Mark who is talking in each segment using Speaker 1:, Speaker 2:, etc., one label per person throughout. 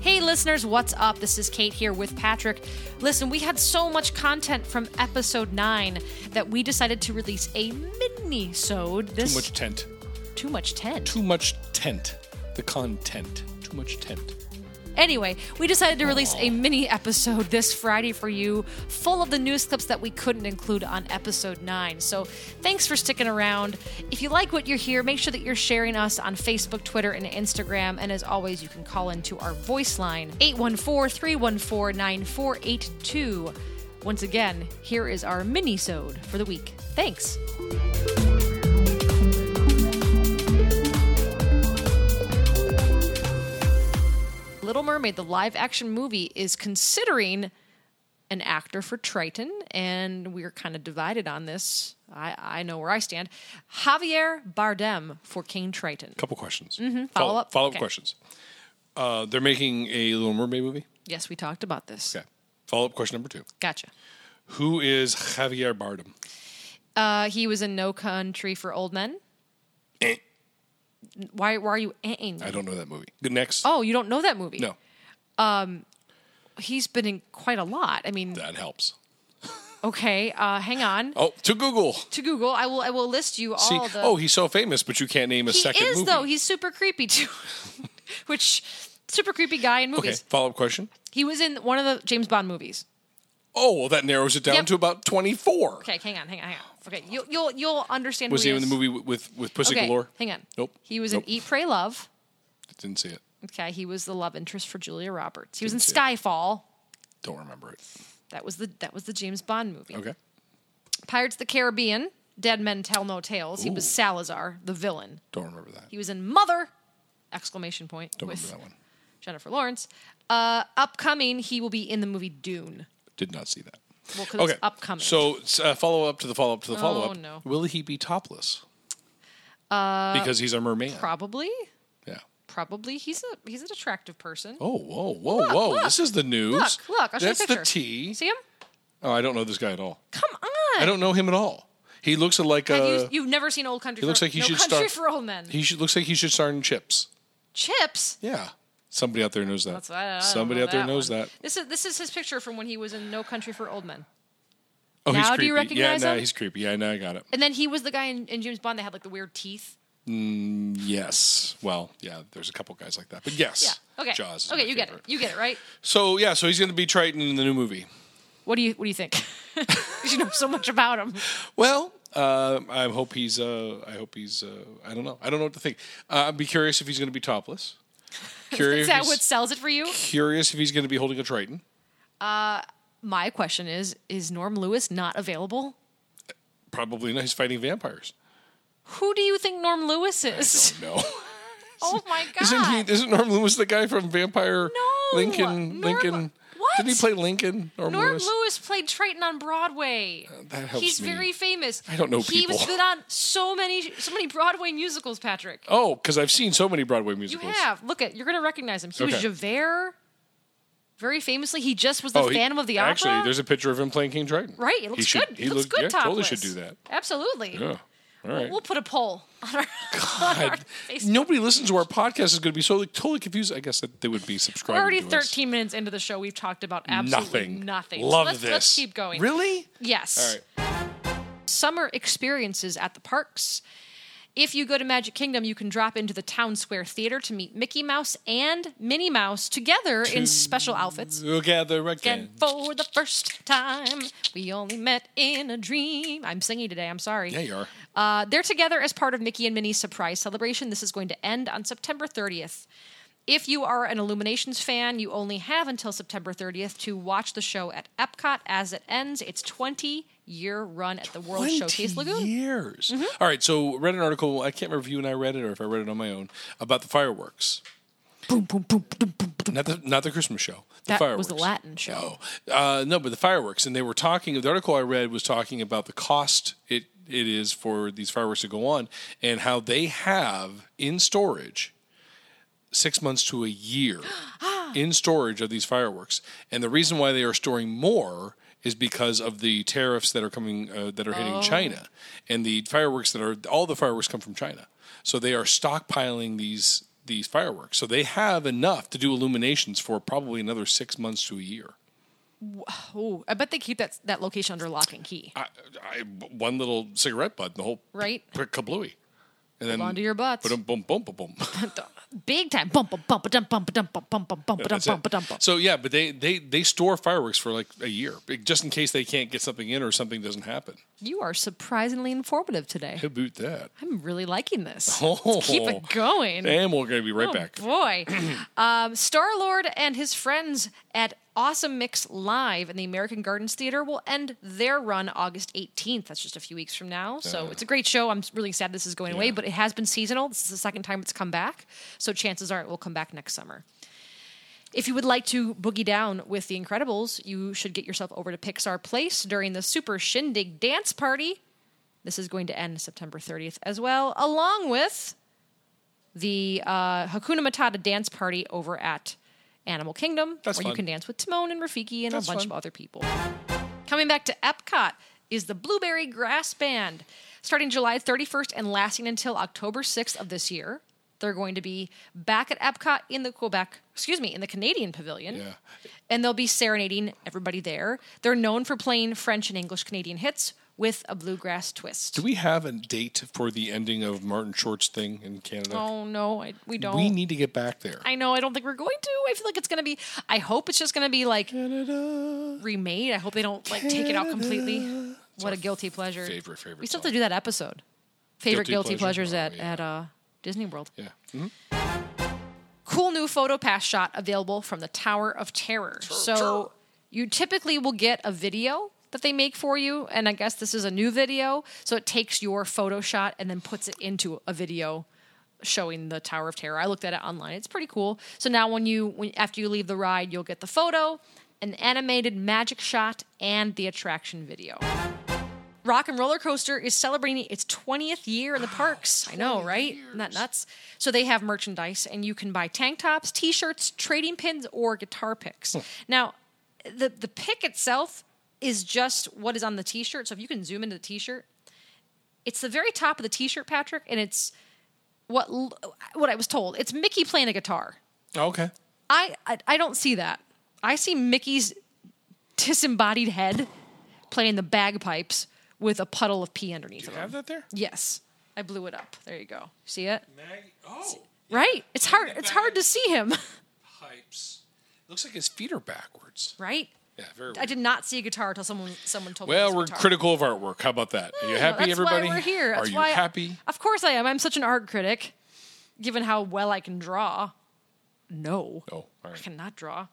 Speaker 1: Hey, listeners, what's up? This is Kate here with Patrick. Listen, we had so much content from episode nine that we decided to release a mini-sode. This
Speaker 2: Too much tent.
Speaker 1: too much tent.
Speaker 2: Too much tent. The content. Too much tent.
Speaker 1: Anyway, we decided to release a mini episode this Friday for you, full of the news clips that we couldn't include on episode 9. So thanks for sticking around. If you like what you're here, make sure that you're sharing us on Facebook, Twitter, and Instagram. And as always, you can call into our voice line, 814 314 9482. Once again, here is our mini-sode for the week. Thanks. Little Mermaid, the live action movie, is considering an actor for Triton, and we're kind of divided on this. I, I know where I stand. Javier Bardem for King Triton.
Speaker 2: Couple questions.
Speaker 1: Follow-up?
Speaker 2: Follow up
Speaker 1: Mm-hmm. Okay.
Speaker 2: questions. Uh, they're making a Little Mermaid movie.
Speaker 1: Yes, we talked about this.
Speaker 2: Okay. Follow up question number two.
Speaker 1: Gotcha.
Speaker 2: Who is Javier Bardem?
Speaker 1: Uh, he was in No Country for Old Men.
Speaker 2: Eh.
Speaker 1: Why, why are you eh-ing?
Speaker 2: I don't know that movie. Good, Next.
Speaker 1: Oh, you don't know that movie?
Speaker 2: No,
Speaker 1: He's been in quite a lot. I mean,
Speaker 2: that helps.
Speaker 1: okay, uh, hang on.
Speaker 2: Oh, to Google.
Speaker 1: To Google, I will I will list you all
Speaker 2: See,
Speaker 1: the
Speaker 2: oh, he's so famous, but you can't name a
Speaker 1: He
Speaker 2: second
Speaker 1: is
Speaker 2: movie.
Speaker 1: though. He's super creepy too. Which super creepy guy in
Speaker 2: okay.
Speaker 1: movies.
Speaker 2: Follow up question.
Speaker 1: He was in one of the James Bond movies.
Speaker 2: Oh, well, that narrows it down
Speaker 1: Yep.
Speaker 2: to about twenty four.
Speaker 1: Okay, hang on, hang on, hang on. Okay, you'll you'll you'll understand.
Speaker 2: Was
Speaker 1: who
Speaker 2: he
Speaker 1: he
Speaker 2: in the
Speaker 1: is.
Speaker 2: movie with with, with Pussy
Speaker 1: Okay,
Speaker 2: Galore?
Speaker 1: hang on.
Speaker 2: Nope.
Speaker 1: He was
Speaker 2: nope.
Speaker 1: in Eat, Pray, Love.
Speaker 2: Didn't see it.
Speaker 1: Okay, he was the love interest for Julia Roberts. He was in
Speaker 2: Didn't see it.
Speaker 1: Skyfall.
Speaker 2: Don't remember it.
Speaker 1: That was the that was the James Bond movie.
Speaker 2: Okay.
Speaker 1: Pirates of the Caribbean. Dead Men Tell No Tales. He was
Speaker 2: Ooh.
Speaker 1: Salazar, the villain.
Speaker 2: Don't remember that.
Speaker 1: He was in Mother! Exclamation point.
Speaker 2: Don't
Speaker 1: with
Speaker 2: remember that one.
Speaker 1: Jennifer Lawrence. Uh, upcoming, he will be in the movie Dune.
Speaker 2: Did not see that.
Speaker 1: Well, 'cause
Speaker 2: Okay.
Speaker 1: it's upcoming. Oh,
Speaker 2: So uh, follow up to the follow up to the follow up.
Speaker 1: no.
Speaker 2: Will he be topless? Uh, because he's a merman.
Speaker 1: probably,
Speaker 2: yeah.
Speaker 1: probably he's a he's an attractive person.
Speaker 2: Oh, whoa, whoa, whoa!
Speaker 1: look.
Speaker 2: This is the news.
Speaker 1: Look, look, I'll show you a
Speaker 2: That's the
Speaker 1: picture.
Speaker 2: T.
Speaker 1: See him?
Speaker 2: Oh, I don't know this guy at all.
Speaker 1: Come on!
Speaker 2: I don't know him at all. He looks like
Speaker 1: Have
Speaker 2: a.
Speaker 1: you, you've never seen Old Country.
Speaker 2: he looks
Speaker 1: for,
Speaker 2: like he
Speaker 1: no
Speaker 2: should
Speaker 1: Country
Speaker 2: start-
Speaker 1: for Old Men.
Speaker 2: he should, looks like he should star in Chips.
Speaker 1: Chips.
Speaker 2: Yeah. Somebody out there knows that.
Speaker 1: That's- I don't know
Speaker 2: Somebody out there knows
Speaker 1: one.
Speaker 2: that.
Speaker 1: This is this is his picture from when he was in No Country for Old Men,
Speaker 2: Oh, he's
Speaker 1: Now
Speaker 2: creepy.
Speaker 1: do you recognize
Speaker 2: yeah,
Speaker 1: him?
Speaker 2: nah, he's creepy. Yeah, now I got it.
Speaker 1: and then he was the guy in, in James Bond that had like the weird teeth.
Speaker 2: Yes. Well, yeah. There's a couple guys like that, but yes.
Speaker 1: Yeah. Okay.
Speaker 2: Jaws. is
Speaker 1: okay,
Speaker 2: my
Speaker 1: you get it.
Speaker 2: favorite.
Speaker 1: You get it right.
Speaker 2: So yeah, so he's going to be Triton in the new movie.
Speaker 1: What do you What do you think? 'Cause you know so much about him.
Speaker 2: Well, uh, I hope he's. Uh, I hope he's. Uh, I don't know. I don't know what to think. Uh, I'd be curious if he's going to be topless. Curious.
Speaker 1: Is that what sells it for you?
Speaker 2: curious if he's going to be holding a Triton.
Speaker 1: My question is: Is Norm Lewis not available?
Speaker 2: Probably not. He's fighting vampires.
Speaker 1: Who do you think Norm Lewis is?
Speaker 2: No.
Speaker 1: Oh my god!
Speaker 2: Isn't he? Isn't Norm Lewis the guy from Vampire?
Speaker 1: No, Norm-
Speaker 2: Lincoln. Lincoln.
Speaker 1: what?
Speaker 2: Did he play Lincoln? Norm,
Speaker 1: Norm
Speaker 2: Lewis. Uh,
Speaker 1: Lewis. played Triton on Broadway.
Speaker 2: that helps
Speaker 1: He's
Speaker 2: me.
Speaker 1: very famous.
Speaker 2: I don't know
Speaker 1: He was
Speaker 2: people.
Speaker 1: been on so many so many Broadway musicals, Patrick.
Speaker 2: Oh, because I've seen so many Broadway
Speaker 1: you
Speaker 2: musicals.
Speaker 1: have. Look at you're gonna recognize him. He was
Speaker 2: Okay.
Speaker 1: Javert. Very famously, he just was the
Speaker 2: Oh, he-
Speaker 1: Phantom of the
Speaker 2: Actually,
Speaker 1: Opera.
Speaker 2: there's a picture of him playing King Triton.
Speaker 1: right, it
Speaker 2: he
Speaker 1: looks
Speaker 2: should,
Speaker 1: good.
Speaker 2: He
Speaker 1: it looks
Speaker 2: looked,
Speaker 1: good
Speaker 2: yeah,
Speaker 1: topless.
Speaker 2: totally should do that.
Speaker 1: Absolutely.
Speaker 2: Yeah. All right.
Speaker 1: We'll put a poll on our, on our
Speaker 2: God,
Speaker 1: Facebook.
Speaker 2: nobody listens to our podcast is going to be so like, totally confused. I guess that they would be
Speaker 1: We're
Speaker 2: subscribing.
Speaker 1: already
Speaker 2: to us.
Speaker 1: 13 minutes into the show. We've talked about absolutely
Speaker 2: Nothing.
Speaker 1: nothing. So
Speaker 2: Love
Speaker 1: let's,
Speaker 2: this.
Speaker 1: Let's keep going.
Speaker 2: Really? All
Speaker 1: Yes.
Speaker 2: right.
Speaker 1: Summer experiences at the parks. If you go to Magic Kingdom, you can drop into the Town Square Theater to meet Mickey Mouse and Minnie Mouse together in special outfits.
Speaker 2: We'll gather
Speaker 1: And
Speaker 2: again.
Speaker 1: for the first time, we only met in a dream. I'm singing today. I'm sorry.
Speaker 2: Yeah, you are.
Speaker 1: Uh, they're together as part of Mickey and Minnie's surprise celebration. This is going to end on September 30th. If you are an Illuminations fan, you only have until September 30th to watch the show at Epcot as it ends its 20 year run at the World
Speaker 2: 20
Speaker 1: Oh, Showcase Lagoon. Mm-hmm.
Speaker 2: Years. All right. So read an article. I can't remember if you and I read it or if I read it on my own about the fireworks. Boom, boom, boom, boom, boom, boom. Not the not the Christmas show. The
Speaker 1: That
Speaker 2: fireworks.
Speaker 1: was the Latin show.
Speaker 2: Oh, uh, no, but the fireworks, and they were talking. The article I read was talking about the cost it it is for these fireworks to go on, and how they have in storage six months to a year in storage of these fireworks, and the reason why they are storing more is because of the tariffs that are coming uh, that are hitting China, and the fireworks that are all the fireworks come from China, so they are stockpiling these these fireworks. So they have enough to do illuminations for probably another six months to a year.
Speaker 1: Oh, I bet they keep that that location under lock and key,
Speaker 2: I, I, one little cigarette butt, the whole
Speaker 1: right?
Speaker 2: quick kablooey. And then
Speaker 1: Onto your butts.
Speaker 2: Boom, boom, boom, boom, boom.
Speaker 1: Big time. Bump, bump, bump, dum, bump, dum, bump, bump, bump, bump,
Speaker 2: That's
Speaker 1: bump,
Speaker 2: it.
Speaker 1: bump, bump.
Speaker 2: So yeah, but they, they they store fireworks for like a year, big- just in case they can't get something in or something doesn't happen.
Speaker 1: You are surprisingly informative today.
Speaker 2: How about that?
Speaker 1: I'm really liking this.
Speaker 2: Oh.
Speaker 1: Let's keep it going.
Speaker 2: And we're going to be right
Speaker 1: Oh,
Speaker 2: back.
Speaker 1: Boy, um, Star Lord and his friends at Awesome Mix Live in the American Gardens Theater will end their run August 18th. That's just a few weeks from now. So it's a great show. I'm really sad this is going away,
Speaker 2: Yeah.
Speaker 1: but it has been seasonal. This is the second time it's come back. So chances are it will come back next summer. If you would like to boogie down with the Incredibles, you should get yourself over to Pixar Place during the Super Shindig Dance Party. This is going to end September 30th as well, along with the uh, Hakuna Matata dance party over at Animal Kingdom,
Speaker 2: That's
Speaker 1: where you
Speaker 2: fun.
Speaker 1: can dance with Timon and Rafiki and
Speaker 2: That's
Speaker 1: a bunch of
Speaker 2: fun.
Speaker 1: other people. Coming back to Epcot is the Blueberry Grass Band. Starting July 31st and lasting until October 6th of this year, they're going to be back at Epcot in the Quebec, excuse me, in the Canadian Pavilion.
Speaker 2: Yeah.
Speaker 1: And they'll be serenading everybody there. They're known for playing French and English Canadian hits with a bluegrass twist.
Speaker 2: Do we have a date for the ending of Martin Short's thing in Canada?
Speaker 1: oh, no, I, we don't.
Speaker 2: We need to get back there.
Speaker 1: I know. I don't think we're going to. I feel like it's going to be. I hope it's just going to be like
Speaker 2: Canada.
Speaker 1: remade. I hope they don't like take it out completely. What a guilty pleasure.
Speaker 2: favorite- favorite
Speaker 1: We still have
Speaker 2: song.
Speaker 1: to do that episode. Favorite
Speaker 2: Guilty
Speaker 1: guilty,
Speaker 2: pleasure?
Speaker 1: pleasures
Speaker 2: Oh,
Speaker 1: at
Speaker 2: yeah.
Speaker 1: at uh, Disney World.
Speaker 2: Yeah.
Speaker 1: Cool new photo pass shot available from the Tower of Terror. so you typically will get a video that they make for you, and I guess this is a new video. So it takes your photo shot and then puts it into a video showing the Tower of Terror. I looked at it online. It's pretty cool. So now when you when after you leave the ride, you'll get the photo, an animated magic shot, and the attraction video. Rock and Roller Coaster is celebrating its 20th year in the parks. I know, right? Isn't that nuts? So they have merchandise, and you can buy tank tops, t shirts, trading pins, or guitar picks. Now, the, the pick itself is just what is on the t shirt. So if you can zoom into the t shirt, it's the very top of the t shirt, Patrick, and it's what, l- what I was told. It's Mickey playing a guitar.
Speaker 2: Mm-hmm. Okay.
Speaker 1: I, I I don't see that. I see Mickey's disembodied head playing the bagpipes with a puddle of pee underneath
Speaker 2: Do
Speaker 1: it.
Speaker 2: you have that there?
Speaker 1: Yes, I blew it up. There you go. See it?
Speaker 2: Maggie. Oh.
Speaker 1: Right? It's hard.
Speaker 2: the
Speaker 1: It's hard to see him.
Speaker 2: Pipes. Looks like his feet are backwards.
Speaker 1: Right?
Speaker 2: Yeah, very
Speaker 1: I
Speaker 2: weird.
Speaker 1: did not see a guitar until someone someone told me. it
Speaker 2: Well,
Speaker 1: was a
Speaker 2: we're
Speaker 1: guitar.
Speaker 2: critical of artwork. How about that? Are you happy,
Speaker 1: That's
Speaker 2: everybody?
Speaker 1: Why we're here. That's
Speaker 2: are you
Speaker 1: why
Speaker 2: happy?
Speaker 1: of course I am. I'm such an art critic, given how well I can draw. No.
Speaker 2: Oh, all
Speaker 1: I
Speaker 2: right.
Speaker 1: cannot draw.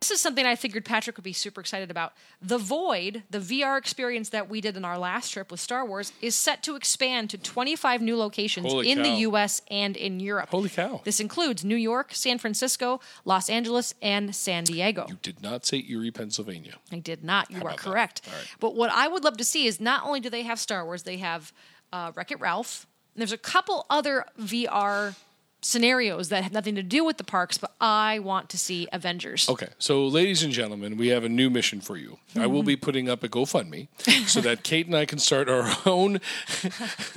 Speaker 1: This is something I figured Patrick would be super excited about. The Void, the VR experience that we did in our last trip with Star Wars, is set to expand to 25 new locations
Speaker 2: Holy
Speaker 1: in
Speaker 2: cow.
Speaker 1: the US and in Europe.
Speaker 2: Holy cow.
Speaker 1: This includes New York, San Francisco, Los Angeles, and San Diego.
Speaker 2: Did not say Erie, Pennsylvania.
Speaker 1: I did not. You are
Speaker 2: about that?
Speaker 1: correct.
Speaker 2: All right.
Speaker 1: But what I would love to see is not only do they have Star Wars, they have uh, Wreck It Ralph. And there's a couple other VR scenarios that have nothing to do with the parks, but I want to see Avengers.
Speaker 2: Okay, so ladies and gentlemen, we have a new mission for you. I will
Speaker 1: Mm-hmm.
Speaker 2: be putting up a GoFundMe so that Kate and I can start our own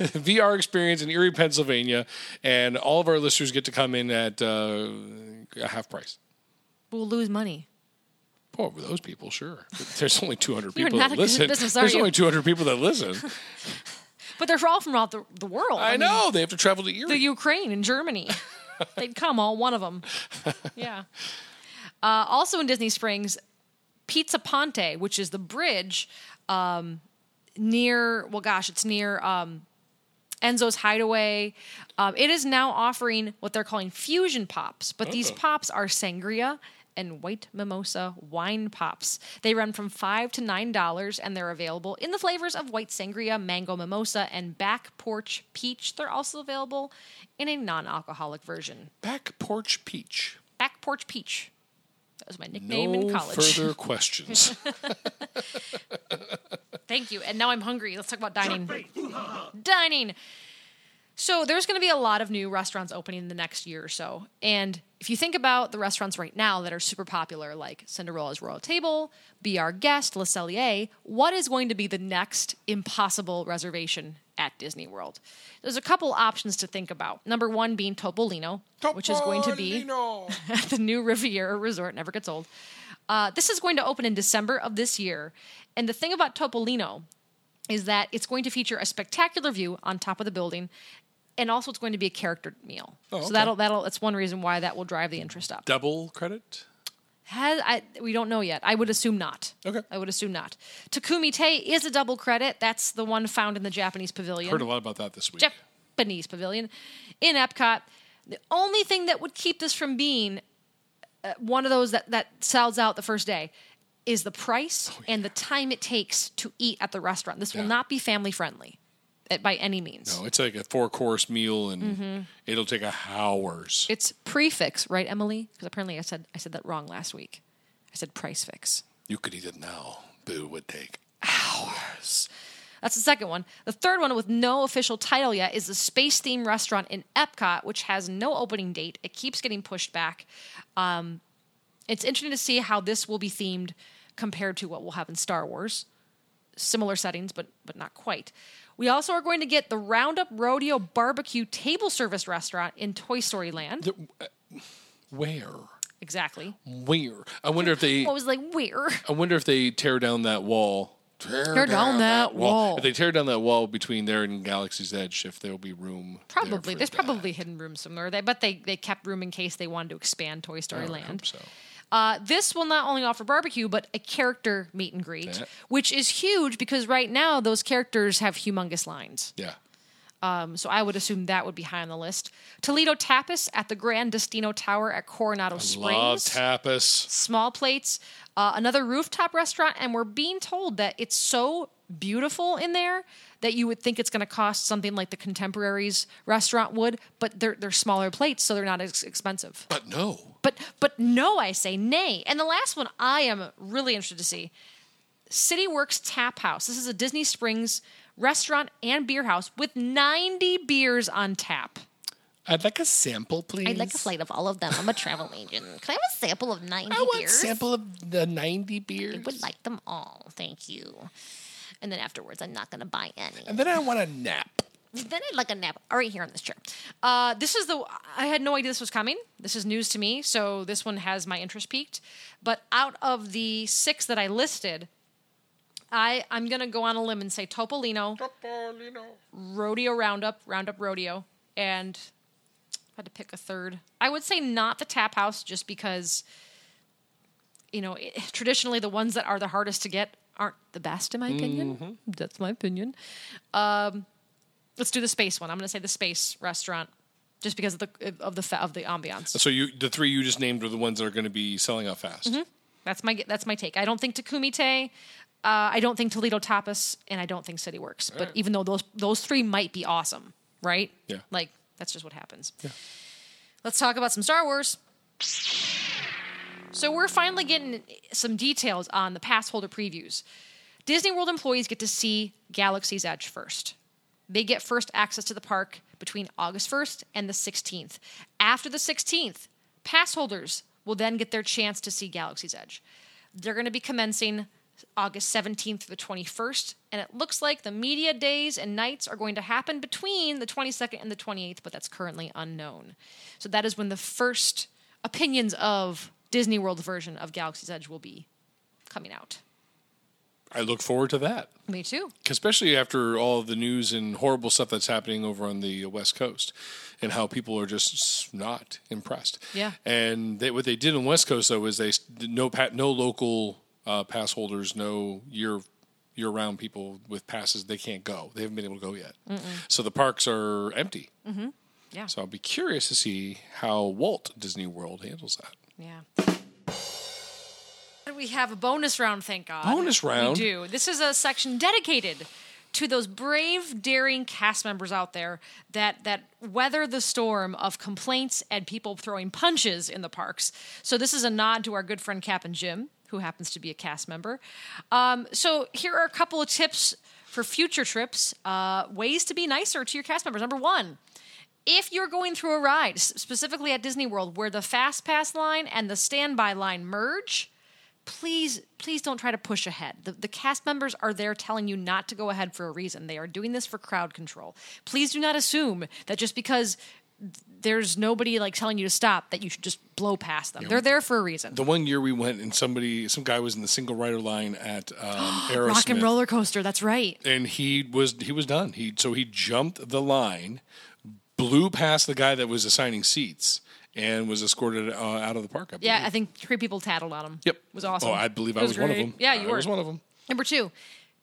Speaker 2: VR experience in Erie, Pennsylvania, and all of our listeners get to come in at uh, a half price.
Speaker 1: We'll lose money.
Speaker 2: Oh, for those people, sure. There's only 200
Speaker 1: You're
Speaker 2: people
Speaker 1: not
Speaker 2: that
Speaker 1: a good
Speaker 2: listen.
Speaker 1: business, are
Speaker 2: There's
Speaker 1: you?
Speaker 2: only 200 people that listen.
Speaker 1: But they're all from around the, the world.
Speaker 2: I
Speaker 1: mean,
Speaker 2: know they have to travel to
Speaker 1: the
Speaker 2: Erie.
Speaker 1: Ukraine and Germany. They'd come, all one of them. Yeah. Uh, also in Disney Springs, Pizza Ponte, which is the bridge um, near, well, gosh, it's near um, Enzo's Hideaway. Um, it is now offering what they're calling fusion pops, but
Speaker 2: Oh.
Speaker 1: these pops are sangria and white mimosa wine pops. They run from five to nine dollars, and they're available in the flavors of white sangria, mango mimosa, and back porch peach. They're also available in a non-alcoholic version.
Speaker 2: Back porch peach.
Speaker 1: Back porch peach. That was my nickname in
Speaker 2: No
Speaker 1: college.
Speaker 2: further questions.
Speaker 1: Thank you. And now I'm hungry. Let's talk about dining. dining. So there's going to be a lot of new restaurants opening in the next year or so. And if you think about the restaurants right now that are super popular, like Cinderella's Royal Table, Be Our Guest, Le Cellier, what is going to be the next impossible reservation at Disney World? There's a couple options to think about. Number one being Topolino, which is going to be
Speaker 2: Topolino.
Speaker 1: at the new Riviera Resort. Never gets old. Uh, this is going to open in December of this year. And the thing about Topolino is that it's going to feature a spectacular view on top of the building. And also, it's going to be a character meal.
Speaker 2: Oh,
Speaker 1: So
Speaker 2: okay.
Speaker 1: that'll that'll that's one reason why that will drive the interest up.
Speaker 2: double credit.
Speaker 1: Has, I, we don't know yet. I would assume not.
Speaker 2: Okay.
Speaker 1: I would assume not. Takumi Te is a double credit. That's the one found in the Japanese pavilion.
Speaker 2: Heard a lot about that this week.
Speaker 1: Japanese pavilion in Epcot. The only thing that would keep this from being uh, one of those that, that sells out the first day is the price and the time it takes to eat at the restaurant. This will
Speaker 2: Oh, Yeah.
Speaker 1: not be family friendly uh, by any means.
Speaker 2: No, it's like a four course meal, and
Speaker 1: Mm-hmm.
Speaker 2: it'll take a hours.
Speaker 1: It's prefix, right, Emily? Because apparently I said I said that wrong last week. I said price fix.
Speaker 2: you could eat it now, but it would take.
Speaker 1: That's the second one. The third one, with no official title yet, is the space themed restaurant in Epcot, which has no opening date. It keeps getting pushed back. Um, it's interesting to see how this will be themed compared to what we'll have in Star Wars. Similar settings, but but not quite. We also are going to get the Roundup Rodeo Barbecue Table Service Restaurant in Toy Story Land.
Speaker 2: Where?
Speaker 1: exactly.
Speaker 2: Where? I wonder if they.
Speaker 1: I was like, where?
Speaker 2: I wonder if they tear down that wall. Tear,
Speaker 1: down that wall.
Speaker 2: If they tear down that wall between there and Galaxy's Edge, if there'll be room. there
Speaker 1: Probably.
Speaker 2: for
Speaker 1: There's
Speaker 2: that.
Speaker 1: probably hidden rooms somewhere. They, but they, they kept room in case they wanted to expand Toy Story
Speaker 2: I would
Speaker 1: Land.
Speaker 2: hope so.
Speaker 1: Uh, this will not only offer barbecue, but a character meet and greet,
Speaker 2: Yeah.
Speaker 1: which is huge because right now those characters have humongous lines.
Speaker 2: Yeah.
Speaker 1: Um, so I would assume that would be high on the list. Toledo Tapas at the Grandestino Tower at Coronado
Speaker 2: Love
Speaker 1: Springs.
Speaker 2: tapas.
Speaker 1: Small plates, uh, another rooftop restaurant, and we're being told that it's so beautiful in there that you would think it's going to cost something like the Contemporaries restaurant would, but they're they're smaller plates, so they're not as expensive.
Speaker 2: But no.
Speaker 1: But but no, I say nay. And the last one I am really interested to see. City Works Tap House. This is a Disney Springs restaurant and beer house with 90 beers on tap.
Speaker 2: I'd like a sample, please.
Speaker 3: I'd like a flight of all of them. I'm a travel agent. Can I have a sample of 90
Speaker 2: I want a
Speaker 3: beers?
Speaker 2: sample of the 90 beers.
Speaker 3: I would like them all. Thank you. And then afterwards, I'm not going to buy any.
Speaker 2: and then I want a nap.
Speaker 3: Then I'd like a nap right here on this chair.
Speaker 1: Uh, this is the I had no idea this was coming. This is news to me, so this one has my interest peaked. But out of the six that I listed, I I'm gonna go on a limb and say Topolino, Rodeo Roundup, Roundup Rodeo, and if I had to pick a third. I would say not the Tap House, just because you know it, traditionally the ones that are the hardest to get aren't the best, in my opinion. That's my opinion. Um, let's do the space one. I'm going to say the space restaurant, just because of the of the fa- of the ambiance.
Speaker 2: So you, the three you just named are the ones that are going to be selling out fast.
Speaker 1: That's my that's my take. I don't think Takumi Te, uh, I don't think Toledo Tapas, and I don't think City Works. But
Speaker 2: right.
Speaker 1: even though those those three might be awesome, right?
Speaker 2: Yeah.
Speaker 1: Like that's just what happens. Let's talk about some Star Wars. So we're finally getting some details on the pass holder previews. Disney World employees get to see Galaxy's Edge first. They get first access to the park between August 1st and the 16th. After the 16th, pass holders will then get their chance to see Galaxy's Edge. They're going to be commencing August 17th through the 21st, and it looks like the media days and nights are going to happen between the 22nd and the 28th, but that's currently unknown. So that is when the first opinions of Disney World version of Galaxy's Edge will be coming out.
Speaker 2: I look forward to that,
Speaker 1: Me too.
Speaker 2: especially after all the news and horrible stuff that's happening over on the West Coast, and how people are just s- not impressed.
Speaker 1: Yeah.
Speaker 2: And they, what they did on West Coast though is they s- did no pa- no local uh, pass holders, no year year round people with passes. They can't go. They haven't been able to go yet. So the parks are empty. Mm-hmm.
Speaker 1: Yeah.
Speaker 2: So I'll be curious to see how Walt Disney World handles that.
Speaker 1: Yeah. And We have a bonus round, thank God.
Speaker 2: Bonus round?
Speaker 1: We do. This is a section dedicated to those brave, daring cast members out there that that weather the storm of complaints and people throwing punches in the parks. So this is a nod to our good friend Cap and Jim, who happens to be a cast member. Um, so here are a couple of tips for future trips, uh, ways to be nicer to your cast members. Number one, If you're going through a ride, s- specifically at Disney World, where the fast pass line and the standby line merge, please, please don't try to push ahead. The, the cast members are there telling you not to go ahead for a reason. They are doing this for crowd control. Please do not assume that just because th- there's nobody like telling you to stop that you should just blow past them. They're there for a reason.
Speaker 2: The one year we went and somebody, some guy was in the single rider line at um, Aerosmith.
Speaker 1: Rock and roller coaster. That's right.
Speaker 2: and he was he was done. He so he jumped the line, blew past the guy that was assigning seats, and was escorted uh, out of the park. I believe.
Speaker 1: Yeah, I think three people tattled on him.
Speaker 2: Yep.
Speaker 1: It was awesome.
Speaker 2: Oh, I believe I
Speaker 1: It
Speaker 2: was, one of
Speaker 1: great.
Speaker 2: them.
Speaker 1: Yeah, you
Speaker 2: I
Speaker 1: were.
Speaker 2: was one of them.
Speaker 1: Number two,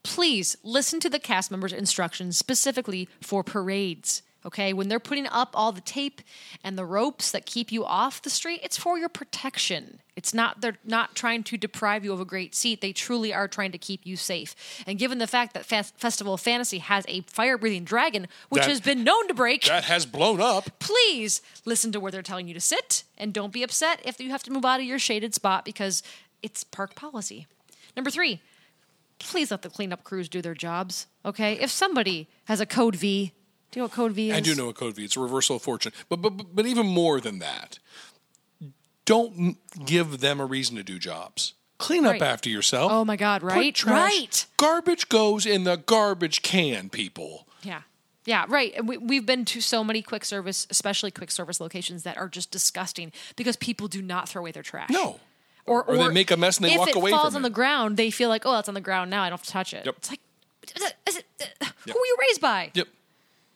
Speaker 1: please listen to the cast members' instructions specifically for parades. Okay, when they're putting up all the tape and the ropes that keep you off the street, it's for your protection. It's not they're not trying to deprive you of a great seat. They truly are trying to keep you safe. And given the fact that Fas- Festival of Fantasy has a fire-breathing dragon, which
Speaker 2: That-
Speaker 1: has been known to break,
Speaker 2: That has blown up.
Speaker 1: please listen to where they're telling you to sit and don't be upset if you have to move out of your shaded spot because it's park policy. Number three, please let the cleanup crews do their jobs, okay? If somebody has a code V, do you know what code V is?
Speaker 2: I do know a code V. It's a reversal of fortune. But but but- but even more than that, don't m- give them a reason to do jobs. Clean up
Speaker 1: Right.
Speaker 2: after yourself.
Speaker 1: Oh my God,
Speaker 2: Put
Speaker 1: right?
Speaker 2: trash-
Speaker 1: Right.
Speaker 2: Garbage goes in the garbage can, people.
Speaker 1: Yeah. Yeah, right. And we, we've been to so many quick service, especially quick service locations that are just disgusting because people do not throw away their trash.
Speaker 2: No.
Speaker 1: Or,
Speaker 2: Or they make a mess and they
Speaker 1: if
Speaker 2: walk
Speaker 1: it
Speaker 2: away
Speaker 1: falls
Speaker 2: from
Speaker 1: on
Speaker 2: it.
Speaker 1: the ground, they feel like, oh, it's on the ground now. I don't have to touch it.
Speaker 2: Yep.
Speaker 1: It's like, is it- is it- uh, who were you raised by?
Speaker 2: Yep.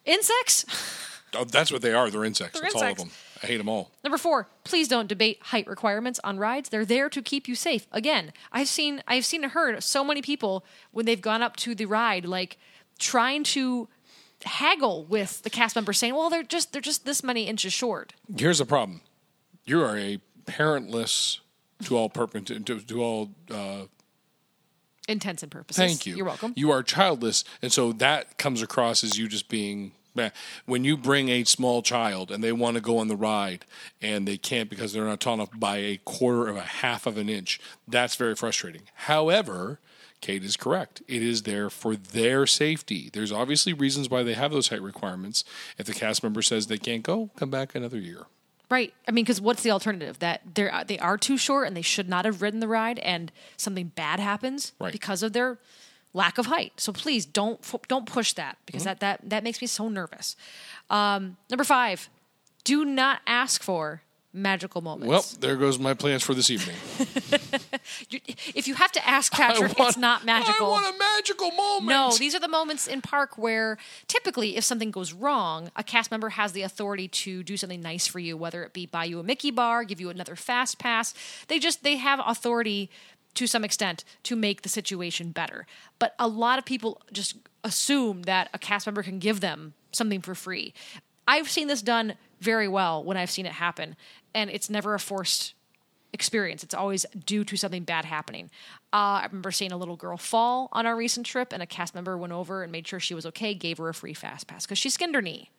Speaker 1: Insects?
Speaker 2: Oh, that's what they are. They're insects.
Speaker 1: They're
Speaker 2: that's all of them.
Speaker 1: insects.
Speaker 2: I hate them all.
Speaker 1: Number four, please don't debate height requirements on rides. They're there to keep you safe. Again, I've seen I've seen and heard so many people when they've gone up to the ride, like trying to haggle with the cast member saying, Well, they're just they're just this many inches short.
Speaker 2: Here's the problem. You are a parentless to all purpose to, to all uh,
Speaker 1: Intents and purposes.
Speaker 2: Thank you.
Speaker 1: You're welcome.
Speaker 2: You are childless, and so that comes across as you just being. meh. When you bring a small child and they want to go on the ride and they can't because they're not tall enough by a quarter of a half of an inch, that's very frustrating. However, Kate is correct. It is there for their safety. There's obviously reasons why they have those height requirements. If the cast member says they can't go, come back another year.
Speaker 1: Right. I mean, because what's the alternative? That they're uh, they are too short and they should not have ridden the ride, and something bad happens
Speaker 2: Right.
Speaker 1: because of their lack of height. So please don't f- don't push that because that
Speaker 2: Mm-hmm.
Speaker 1: that that makes me so nervous. Um, number five, do not ask for magical moments.
Speaker 2: Well, there goes my plans for this evening.
Speaker 1: You- if you have to ask
Speaker 2: I
Speaker 1: Patrick,
Speaker 2: want-
Speaker 1: it's not magical.
Speaker 2: I want a magical moment.
Speaker 1: No, these are the moments in park where typically, if something goes wrong, a cast member has the authority to do something nice for you, whether it be buy you a Mickey bar, give you another fast pass. They just they have authority to some extent to make the situation better. But a lot of people just assume that a cast member can give them something for free. I've seen this done very well when I've seen it happen, and it's never a forced experience. It's always due to something bad happening. Uh, I remember seeing a little girl fall on our recent trip, and a cast member went over and made sure she was okay, gave her a free fast pass because she skinned her knee.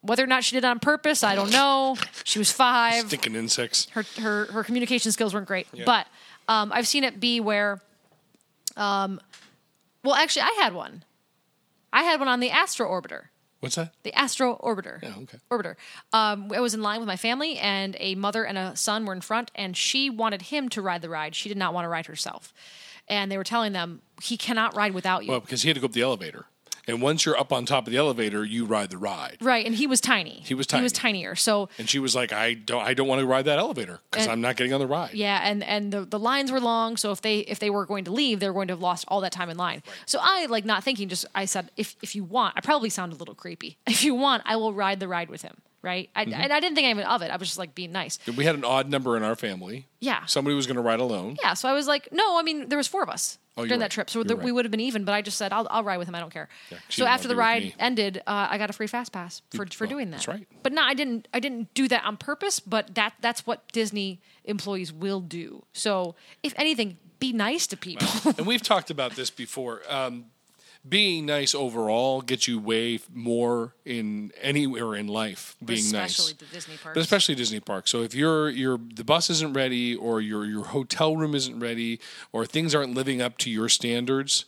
Speaker 1: Whether or not she did it on purpose, I don't know. She was five
Speaker 2: Stinking insects.
Speaker 1: her her her communication skills weren't great. But um, I've seen it be where, um, well, actually, I had one. I had one on the Astro Orbiter
Speaker 2: What's that?
Speaker 1: the Astro Orbiter.
Speaker 2: Yeah, Oh, okay.
Speaker 1: Orbiter. Um, I was in line with my family, and a mother and a son were in front, and she wanted him to ride the ride. She did not want to ride herself. And they were telling them, he cannot ride without you.
Speaker 2: Well, because he had to go up the elevator. And once you're up on top of the elevator, you ride the ride.
Speaker 1: right. And he was tiny. He
Speaker 2: was
Speaker 1: He was
Speaker 2: tiny.
Speaker 1: tinier. So,
Speaker 2: And she was like, I don't I don't want to ride that elevator because
Speaker 1: And-
Speaker 2: I'm not getting on the ride.
Speaker 1: yeah. And, and the, the lines were long. So if they, if they were going to leave, they were going to have lost all that time in line. So I, like, not thinking, just I said, if, if you want, I probably sound a little creepy. If you want, I will ride the ride with him. Right. I,
Speaker 2: Mm-hmm.
Speaker 1: And I didn't think even of it. I was just like being nice.
Speaker 2: We had an odd number in our family.
Speaker 1: Yeah.
Speaker 2: Somebody was gonna ride alone.
Speaker 1: Yeah, so I was like, no, I mean, there was four of us
Speaker 2: you're
Speaker 1: during that
Speaker 2: right.
Speaker 1: trip, so
Speaker 2: You're
Speaker 1: there- we
Speaker 2: Oh, right.
Speaker 1: would have been even. But I just said, I'll, I'll ride with him. I don't care.
Speaker 2: 'cause you
Speaker 1: so
Speaker 2: didn't
Speaker 1: after the
Speaker 2: wanna be
Speaker 1: ride
Speaker 2: with me.
Speaker 1: ended, uh, I got a free fast pass for for
Speaker 2: well,
Speaker 1: doing that.
Speaker 2: that's right.
Speaker 1: But no, I didn't. I didn't do that on purpose. But that that's what Disney employees will do. So if anything, be nice to people.
Speaker 2: and we've talked about this before. Um, being nice overall gets you way more in anywhere in life. Being
Speaker 1: Especially
Speaker 2: nice,
Speaker 1: the Disney parks.
Speaker 2: but especially Disney parks. So if your your the bus isn't ready, or your your hotel room isn't ready, or things aren't living up to your standards,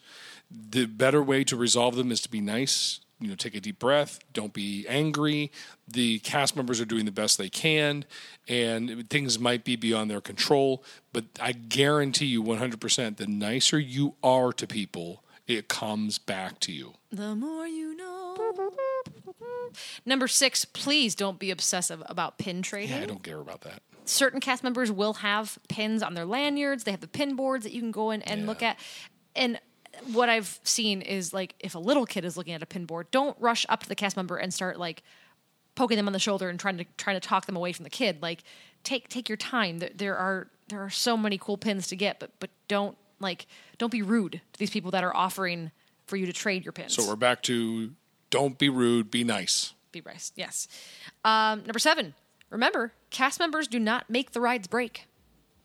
Speaker 2: the better way to resolve them is to be nice you know, take a deep breath. Don't be angry. The cast members are doing the best they can, and things might be beyond their control. But I guarantee you, 100%, the nicer you are to people, it comes back to you.
Speaker 1: The more you know. Number six, please don't be obsessive about pin trading.
Speaker 2: Yeah, I don't care about that.
Speaker 1: Certain cast members will have pins on their lanyards. They have the pin boards that you can go in and look
Speaker 2: Yeah.
Speaker 1: at. And what I've seen is like if a little kid is looking at a pin board, don't rush up to the cast member and start like poking them on the shoulder and trying to trying to talk them away from the kid. Like take take your time. There, there are there are so many cool pins to get, but but don't like don't be rude to these people that are offering for you to trade your pins.
Speaker 2: So we're back to don't be rude, be nice.
Speaker 1: Be Bryce. Yes. Um, number seven. Remember, cast members do not make the rides break.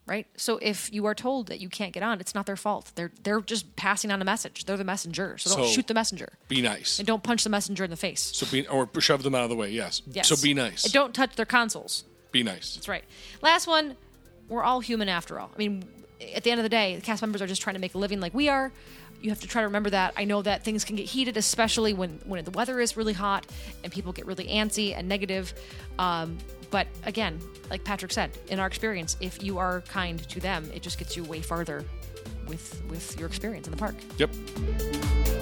Speaker 1: Right. So if you are told that you can't get on, it's not their fault. They're they're just passing on a message. They're the messenger. So don't
Speaker 2: So-
Speaker 1: shoot the messenger
Speaker 2: Be nice.
Speaker 1: and don't punch the messenger in the face.
Speaker 2: So be or shove them out of the way. Yes.
Speaker 1: Yes.
Speaker 2: So be nice.
Speaker 1: And don't touch their consoles.
Speaker 2: Be nice.
Speaker 1: That's right. Last one. We're all human after all. I mean, at the end of the day, the cast members are just trying to make a living like we are. You have to try to remember that. I know that things can get heated, especially when when the weather is really hot and people get really antsy and negative. Um, but again, like Patrick said, in our experience, if you are kind to them, it just gets you way farther with with your experience in the park.
Speaker 2: Yep.